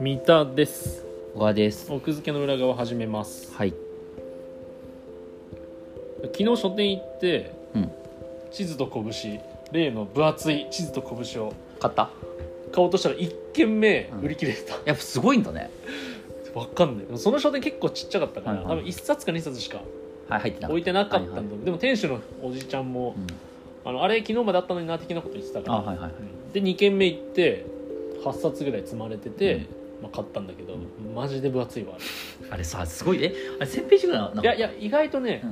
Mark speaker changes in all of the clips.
Speaker 1: 三田です
Speaker 2: 小川です
Speaker 1: 奥付けの裏側始めます
Speaker 2: はい
Speaker 1: 昨日書店行って、
Speaker 2: うん
Speaker 1: 地図と拳例の分厚い地図と拳を
Speaker 2: 買った
Speaker 1: 買おうとしたら一軒目
Speaker 2: うん
Speaker 1: 売り切れてた、
Speaker 2: やっぱすごいんだね
Speaker 1: わかんないその書店結構ちっちゃかったから、
Speaker 2: はいは
Speaker 1: 多
Speaker 2: い
Speaker 1: 分1冊か2冊しか
Speaker 2: はい入ってなか
Speaker 1: 置
Speaker 2: っ
Speaker 1: いてなかったんだ、
Speaker 2: はい
Speaker 1: でも店主のおじちゃんも、
Speaker 2: うん
Speaker 1: あのあれ昨日まであったのにな的なこと言ってたか
Speaker 2: た
Speaker 1: ら、
Speaker 2: あはいはいはい
Speaker 1: で2軒目行って8冊ぐらい積まれてて、まあ、買ったんだけど、マジで分厚いわあれ
Speaker 2: あれさすごいえあれ1000ページぐらいなの
Speaker 1: いやいや意外とね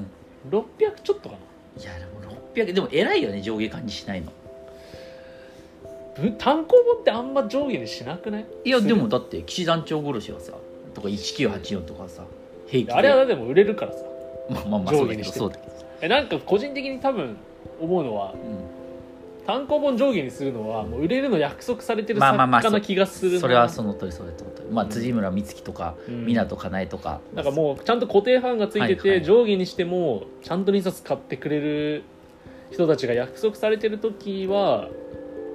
Speaker 2: う、ん
Speaker 1: 600ちょっとか
Speaker 2: いやでも600でも偉いよね上下巻にしないの
Speaker 1: なぶ単行本ってあんま上下にしなくない
Speaker 2: いや
Speaker 1: す
Speaker 2: で
Speaker 1: る
Speaker 2: もだって騎士団長殺しはさとか1984とかさ平気で
Speaker 1: あれはでも売れるからさ
Speaker 2: まあまあまあそうだ
Speaker 1: 上下
Speaker 2: け
Speaker 1: に
Speaker 2: ど
Speaker 1: して
Speaker 2: そうだけど、
Speaker 1: えなんか個人的に多分思うのは単行本上下にするのはもう売れるの約束されてる
Speaker 2: まあ
Speaker 1: 作
Speaker 2: まあまあ
Speaker 1: 家な気がする
Speaker 2: うん、
Speaker 1: な
Speaker 2: それはその通りそれとまあ辻村美月とか
Speaker 1: うん
Speaker 2: 湊かなえとか
Speaker 1: なんかもうちゃんと固定ファンがついてて、
Speaker 2: はいはい
Speaker 1: 上下にしてもちゃんと2冊買ってくれる人たちが約束されてる時は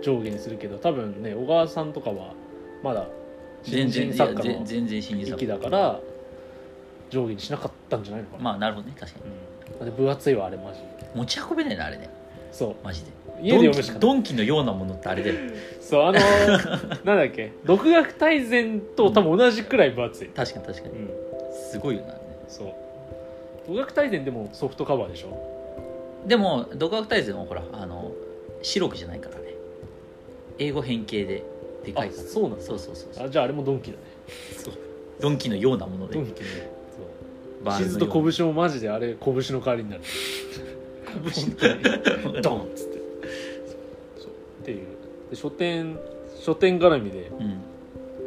Speaker 1: 上下にするけど多分ね小川さんとかはまだ新
Speaker 2: 全然
Speaker 1: 人作
Speaker 2: い
Speaker 1: 家
Speaker 2: や
Speaker 1: の
Speaker 2: 全然新人作
Speaker 1: 域だから上下にしなかったんじゃないのかな、
Speaker 2: まあなるほどね確かに
Speaker 1: うん、で分厚いわあれマジで
Speaker 2: 持ち運べないなあれね
Speaker 1: そう
Speaker 2: マジで
Speaker 1: 家で読むしかない
Speaker 2: ドンキドンキのようなものってあれだよ
Speaker 1: そうあの ーなんだっけ独学大全と多分同じくらい分厚い、
Speaker 2: 確かに確か
Speaker 1: う
Speaker 2: に
Speaker 1: ん、
Speaker 2: すごいよなあれね
Speaker 1: そう独学大全でもソフトカバーでしょ
Speaker 2: でも独学大全はほらあの白くじゃないからね英語変形ででかいから
Speaker 1: あそうなんだ
Speaker 2: そうそうそうそう
Speaker 1: あじゃああれもドンキだね
Speaker 2: ドンキのようなもので
Speaker 1: ドンキねそう
Speaker 2: バー
Speaker 1: 地
Speaker 2: ル
Speaker 1: 図と
Speaker 2: のような
Speaker 1: 拳もマジであれ拳の代わりになる本当
Speaker 2: 拳
Speaker 1: にドンっつってそうっていうで書店書店絡みで
Speaker 2: うん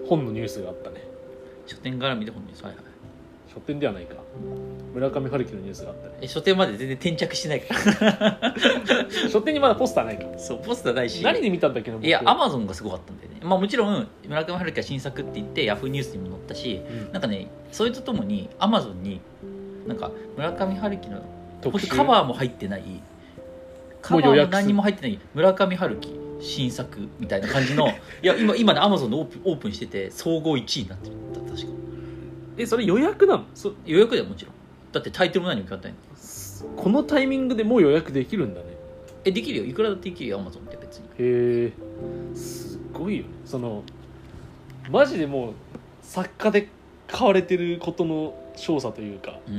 Speaker 1: 本のニュースがあったね
Speaker 2: 書店絡みで本にはいはい
Speaker 1: 書店ではないか村上春樹のニュースがあった ね
Speaker 2: え書店まで全然転着してないから
Speaker 1: 書店にまだポスターないか
Speaker 2: そうポスターないし
Speaker 1: 何で見たんだっけど
Speaker 2: いやアマゾンがすごかったんだよねまあもちろん村上春樹は新作って言ってヤフーニュースにも載ったしなんかねそれとともにアマゾンになんか村上春樹の
Speaker 1: 特集
Speaker 2: 本当カバーも入ってないカバ
Speaker 1: もう予
Speaker 2: ー
Speaker 1: 約す
Speaker 2: も何も入ってない村上春樹新作みたいな 感じのいや今今ねアマゾンのオープンオープンしてて総合1位になってるんだ確か
Speaker 1: えそれ予約なのそ
Speaker 2: 予約だよもちろんだってタイトルも何も決まってないの
Speaker 1: このタイミングでもう予約できるんだね
Speaker 2: えできるよいくらだってできるよアマゾンって別に
Speaker 1: へえすごいよねそのマジでもう作家で買われてることの調査というか
Speaker 2: う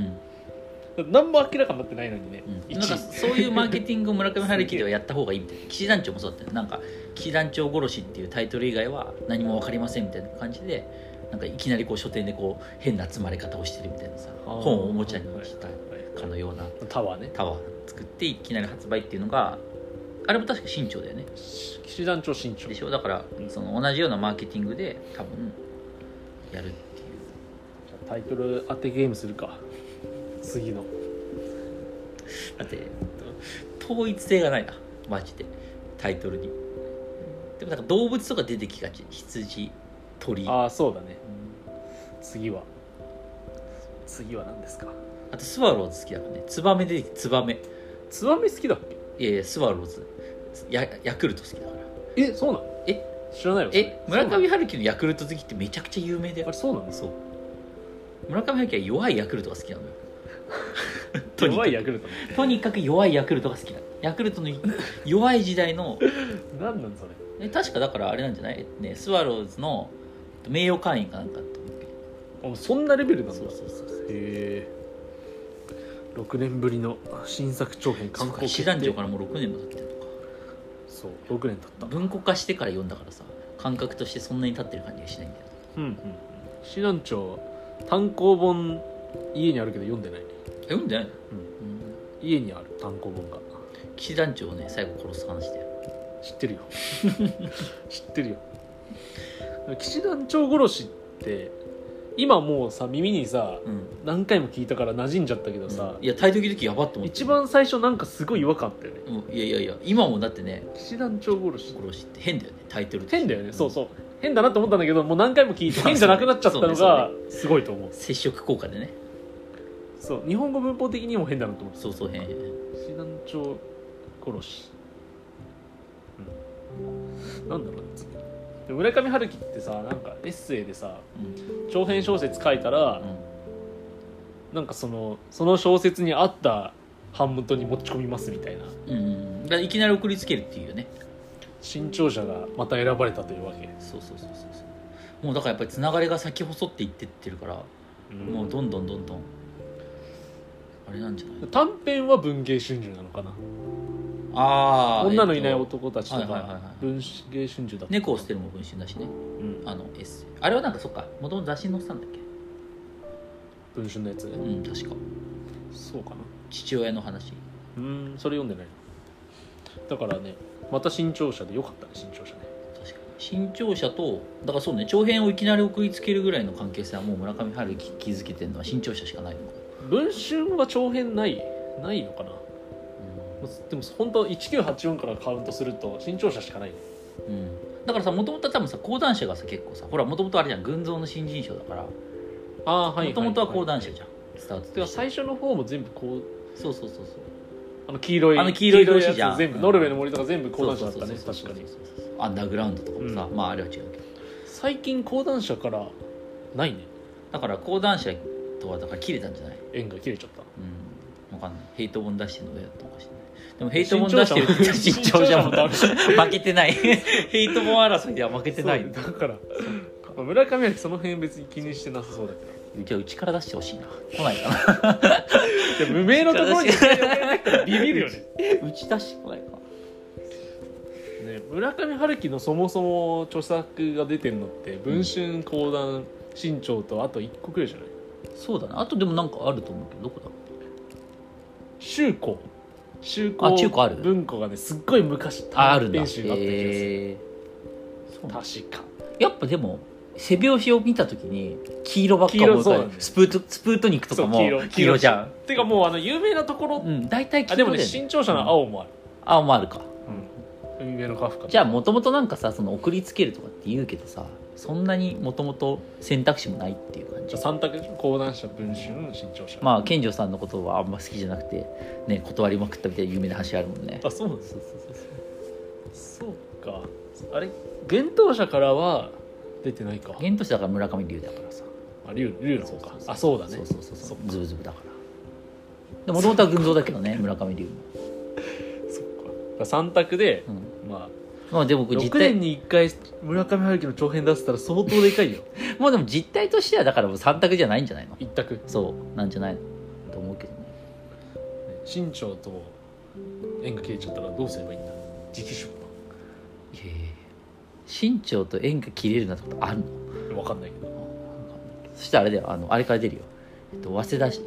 Speaker 2: ん、
Speaker 1: 何も明らかになってないのにね、
Speaker 2: うん、なん
Speaker 1: 一
Speaker 2: か
Speaker 1: 位
Speaker 2: そういうマーケティングを村上 春樹ではやった方がいいみたいな騎士団長もそうだったよなんか騎士団長殺しっていうタイトル以外は何も分かりませんみたいな感じでなんかいきなりこう書店でこう変な積まれ方をしてるみたいなさ
Speaker 1: あー
Speaker 2: 本をおもちゃにした
Speaker 1: はいはいは
Speaker 2: かのようない
Speaker 1: タワーね
Speaker 2: タワー作っていきなり発売っていうのがあれも確か新潮だよね
Speaker 1: し騎士団長新潮
Speaker 2: でしょだから
Speaker 1: うん
Speaker 2: その同じようなマーケティングで多分やるっていう
Speaker 1: タイトル当てゲームするか次の
Speaker 2: だって統一性がないなマジでタイトルにでもなんか動物とか出てきがち羊鳥あ
Speaker 1: ああそうだね次は次は何ですか
Speaker 2: とスワローズ好きだからねツバメ出てきツバメ
Speaker 1: ツバメ好きだっ
Speaker 2: いやいやスワローズやヤクルト好きだから
Speaker 1: けえそうなの
Speaker 2: え
Speaker 1: 知らないわ
Speaker 2: え
Speaker 1: それ
Speaker 2: 村上春樹のヤクルト好きってめちゃくちゃ有名だ
Speaker 1: あ
Speaker 2: よ
Speaker 1: れそうなの
Speaker 2: そう村上春樹は弱いヤクルトが好き なのよとに
Speaker 1: 弱
Speaker 2: か
Speaker 1: いヤ
Speaker 2: く
Speaker 1: クルト
Speaker 2: とにかく弱いヤクルトが好きなのヤクルトの 弱い時代の
Speaker 1: 何なんそれ
Speaker 2: え確かだからあれなんじゃない、えっとね、スワローズの名誉会員かなんかだと思うけど
Speaker 1: あそんなレベルなんだ
Speaker 2: そうそうそうそう
Speaker 1: へえ6年ぶりの新作長編
Speaker 2: そう
Speaker 1: 韓
Speaker 2: か
Speaker 1: 国
Speaker 2: 師団長からもう6年も経ってるのか
Speaker 1: そう6年経った
Speaker 2: 文庫化してから読んだからさ感覚としてそんなに経ってる感じがしないんだよ
Speaker 1: うんうん師団長単行本家にあるけど読んでない
Speaker 2: え読んでないの
Speaker 1: うん
Speaker 2: うん
Speaker 1: 家にある単行本が
Speaker 2: 騎士団長をね最後殺す話だよ
Speaker 1: 知ってる よ知ってるよ騎士団長殺しって今もうさ耳にさ
Speaker 2: うん
Speaker 1: 何回も聞いたから馴染んじゃったけどさ、
Speaker 2: いやタイトル聞いた時やばって思って
Speaker 1: 一番最初なんかすごい違和感あったよね
Speaker 2: うんいやいやいや今もだってね
Speaker 1: 騎士団長殺し
Speaker 2: 殺しって変だよねタイトル
Speaker 1: 変だよねそう
Speaker 2: う
Speaker 1: そう変だなと思ったんだけどもう何回も聞いて変じゃなくなっちゃったのがすごいと思う
Speaker 2: 接触効果でね
Speaker 1: そう日本語文法的にも変だなと思って
Speaker 2: そうそう変変
Speaker 1: 師団長殺し、うんなんだろうなで村上春樹ってさなんかエッセイでさ長編小説書いたら、なんかそのその小説に合った版元に持ち込みますみたいな
Speaker 2: うん、うん、だからいきなり送りつけるっていうよね
Speaker 1: 新潮社がまた選ばれたというわけ、
Speaker 2: そうそうそうそうそうもうだからやっぱりつながりが先細っていってってるから、もうどんどんどんどんあれなんじゃない
Speaker 1: 短編は文芸春秋なのかな
Speaker 2: ああ
Speaker 1: 女のいない
Speaker 2: えっと
Speaker 1: 男たちと
Speaker 2: はいはいはい
Speaker 1: か
Speaker 2: はい
Speaker 1: 文芸春秋だった
Speaker 2: 猫を捨てるも分身だしね
Speaker 1: うん
Speaker 2: あのエッセイあれはなんかそっか元々雑誌に載ってたんだっけ
Speaker 1: 文春のやつ
Speaker 2: うん確か
Speaker 1: そうかな
Speaker 2: 父親の話
Speaker 1: うんそれ読んでないなだからねまた新潮社でよかったね新潮社ね
Speaker 2: 確かに新潮社とだからそうね長編をいきなり送りつけるぐらいの関係性はもう村上春樹築けてるのは新潮社しかないのか
Speaker 1: 文春は長編ないないのかなでも本当1984からカウントすると新潮社しかないね
Speaker 2: うん、だからさもともと多分さ講談社がさ結構さほらもともとあれじゃん群像の新人賞だから
Speaker 1: ああ
Speaker 2: もともとは講談社
Speaker 1: ゃ
Speaker 2: じゃんスタート
Speaker 1: て
Speaker 2: と
Speaker 1: か
Speaker 2: して
Speaker 1: 最初の方も全部こう
Speaker 2: そうそうそうそう
Speaker 1: あの黄色い
Speaker 2: あの黄色い表紙
Speaker 1: やつ
Speaker 2: じゃん
Speaker 1: 全部
Speaker 2: うん
Speaker 1: ノルウェーの森とか全部講談社
Speaker 2: そ
Speaker 1: だ
Speaker 2: う
Speaker 1: っ
Speaker 2: そう
Speaker 1: た
Speaker 2: そ
Speaker 1: ね
Speaker 2: うそう
Speaker 1: 確かに
Speaker 2: そうそうそうアンダーグラウンドとかもさ、
Speaker 1: うん
Speaker 2: まああれは違うけど
Speaker 1: 最近講談社からないね
Speaker 2: だから講談社とはだから切れたんじゃない
Speaker 1: 縁が切れちゃった
Speaker 2: うんわかんないヘイト本出してるのがやったのかしらねでもヘイト本出してるって
Speaker 1: 新
Speaker 2: 新
Speaker 1: 潮
Speaker 2: 潮
Speaker 1: 社
Speaker 2: 社
Speaker 1: も
Speaker 2: も
Speaker 1: ダメ
Speaker 2: 負け てないヘイト本争いでは負けてない
Speaker 1: そうだからまあ村上はその辺別に気にしてなさそうだけど
Speaker 2: じゃあうちから出してほしいな来ないか
Speaker 1: い
Speaker 2: な
Speaker 1: や無名のところに絶対呼ばれないからビビるよね
Speaker 2: うち出してこないかな
Speaker 1: ね村上春樹のそもそも著作が出てるのって「文春」「講談」「新潮」とあと1個くらいじゃない
Speaker 2: そうだなあとでもなんかあると思うけどどこだ
Speaker 1: 中古中
Speaker 2: あ中古ある
Speaker 1: 文庫がねすっごい昔
Speaker 2: ああるんだ
Speaker 1: 短編集があった気がする
Speaker 2: へーそうなんだ
Speaker 1: 確か
Speaker 2: やっぱでも背表紙を見た時に黄色ばっか思
Speaker 1: 黄色
Speaker 2: う
Speaker 1: そ
Speaker 2: か
Speaker 1: うな
Speaker 2: ら
Speaker 1: んだよ
Speaker 2: スプートスプートニクとかも
Speaker 1: そう
Speaker 2: 黄
Speaker 1: 黄色
Speaker 2: 色じゃん
Speaker 1: てかもうあの有名なところ、
Speaker 2: うん大体黄
Speaker 1: あ
Speaker 2: 色
Speaker 1: で
Speaker 2: だ
Speaker 1: も
Speaker 2: よ
Speaker 1: ね
Speaker 2: ね
Speaker 1: 新潮社の青もある、
Speaker 2: 青もあるか
Speaker 1: 海辺のカフカ
Speaker 2: じゃあもともとなんかさその送りつけるとかって言うけどさそんなにもともと選択肢もないっていう感じ
Speaker 1: じゃあ3択でしょ講談社文春新潮社、
Speaker 2: まあ健丈さんのことはあんま好きじゃなくてね断りまくったみたいな有名な話あるもんね
Speaker 1: あそうなんです
Speaker 2: そうそうそうそう
Speaker 1: そうかあれ幻冬社からは出てないか
Speaker 2: 源としてだから村上龍だからさ
Speaker 1: あ龍龍の方かあそうだね
Speaker 2: そうそうそう
Speaker 1: そ
Speaker 2: そう
Speaker 1: っ
Speaker 2: ズブズブだからでもともとは群像だけどね村上龍も、
Speaker 1: そっかだから3択で
Speaker 2: うん、
Speaker 1: まあ
Speaker 2: まあでも僕実
Speaker 1: 6
Speaker 2: 態
Speaker 1: 年に1回村上春樹の長編出せたら相当でかいよ
Speaker 2: もうでも実態としてはだからもう3択じゃないんじゃないの
Speaker 1: 一択
Speaker 2: そうなんじゃないと思うけどね
Speaker 1: 新潮と縁が切れちゃったらどうすればいいんだ直書
Speaker 2: いやいやいや身長と縁が切れるなんてことあるの
Speaker 1: 分かんないけど
Speaker 2: そしたらあれだよあのあれから出るよ、えっと、早稲田し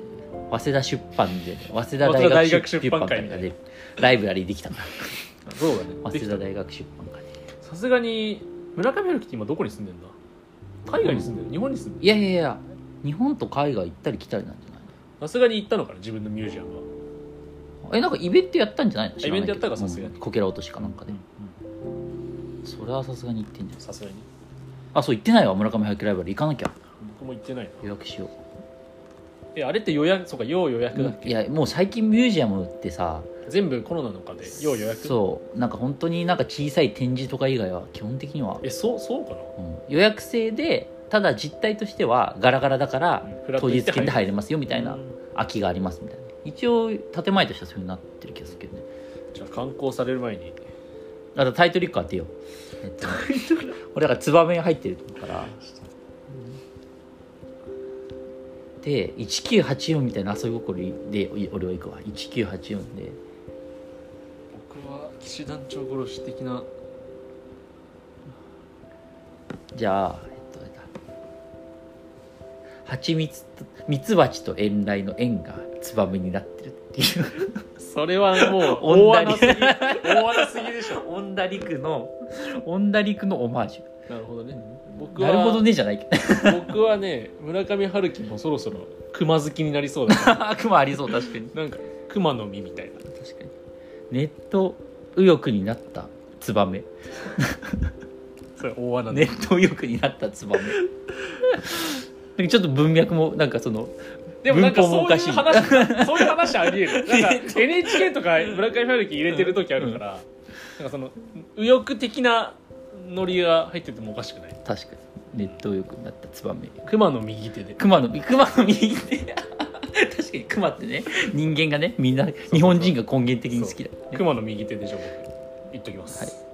Speaker 2: 早稲田出版で早稲田
Speaker 1: 早稲田大
Speaker 2: 大
Speaker 1: 学
Speaker 2: 学
Speaker 1: 出
Speaker 2: 出
Speaker 1: 版
Speaker 2: 版
Speaker 1: 会
Speaker 2: 会
Speaker 1: み
Speaker 2: が
Speaker 1: たい
Speaker 2: 出
Speaker 1: な
Speaker 2: るライブラリーでき たから
Speaker 1: そうだねで
Speaker 2: 早
Speaker 1: き
Speaker 2: 稲
Speaker 1: た
Speaker 2: 田
Speaker 1: ね
Speaker 2: 大学出版会
Speaker 1: さすがに村上春樹って今どこに住んでんだ海外に住んでる、日本に住んでる
Speaker 2: いやいやいや日本と海外行ったり来たりなんじゃない
Speaker 1: さすがに行ったのかな自分のミュージアムは
Speaker 2: のえなんかイベントやったんじゃないの知らないけど
Speaker 1: イベントやったかさすがに
Speaker 2: うんこけら落としかなんかで、それはさすがに行ってんじゃん
Speaker 1: さすがに
Speaker 2: あそう行ってないわ村上春樹ライブラリー行かなきゃ
Speaker 1: 僕も行ってないな
Speaker 2: 予約しよう
Speaker 1: えあれって予約そうか要予約だっけ
Speaker 2: いやもう最近ミュージアムってさ
Speaker 1: 全部コロナのかで要予約う
Speaker 2: そうなんか本当になんか小さい展示とか以外は基本的には、
Speaker 1: えそうそうかな
Speaker 2: うん予約制でただ実態としてはガラガラだから
Speaker 1: うんフラッ
Speaker 2: 当
Speaker 1: ト行っ
Speaker 2: 日
Speaker 1: て入る
Speaker 2: 券で入れますよみたいな
Speaker 1: うん
Speaker 2: 空きがありますみたいな一応建前としてはそういうふうになってる気がするけどね
Speaker 1: じゃあ観光される前に
Speaker 2: あとタイトル1個当てよう、えっと、 俺だからツバメ入ってるからで1984みたいな遊び心でい俺は行くわ1984で
Speaker 1: 僕は騎士団長殺し的な
Speaker 2: じゃあ、えっと、あれだ。蜂蜜と、蜜蜂と遠雷の縁がツバメになってるっていう。
Speaker 1: それはもう大
Speaker 2: 女
Speaker 1: 穴すぎ大穴すぎでしょ
Speaker 2: オンダリクの、オンダリクのオマージ
Speaker 1: なるほどね僕
Speaker 2: ュ。
Speaker 1: は
Speaker 2: なるほどねじゃないけ ど。
Speaker 1: 僕はね村上春樹もそろそろ熊好きになりそうだ、ね、
Speaker 2: 悪魔ありそう、確かに。
Speaker 1: なんか熊の実みたいな
Speaker 2: 確かに。ネット右翼になったツバメ。
Speaker 1: それ大穴
Speaker 2: ネ
Speaker 1: ね
Speaker 2: ット右翼になったツバ メ。なんかちょっと文脈も、なんかその、
Speaker 1: でもなんか
Speaker 2: 文法
Speaker 1: そうい
Speaker 2: もおか
Speaker 1: う
Speaker 2: しい
Speaker 1: 話そういう話ありえ るなんか NHK とか村上春樹入れてる時あるから、なんかその右翼的なノリが入っててもおかしくない
Speaker 2: 確かに熱湯浴になったツバメ
Speaker 1: 熊の右手で
Speaker 2: 熊の熊の右手 確かに熊ってね人間がねみんな日本人が根源的に好きだ、ね、
Speaker 1: 熊の右手でじゃあ僕言っときます、
Speaker 2: はい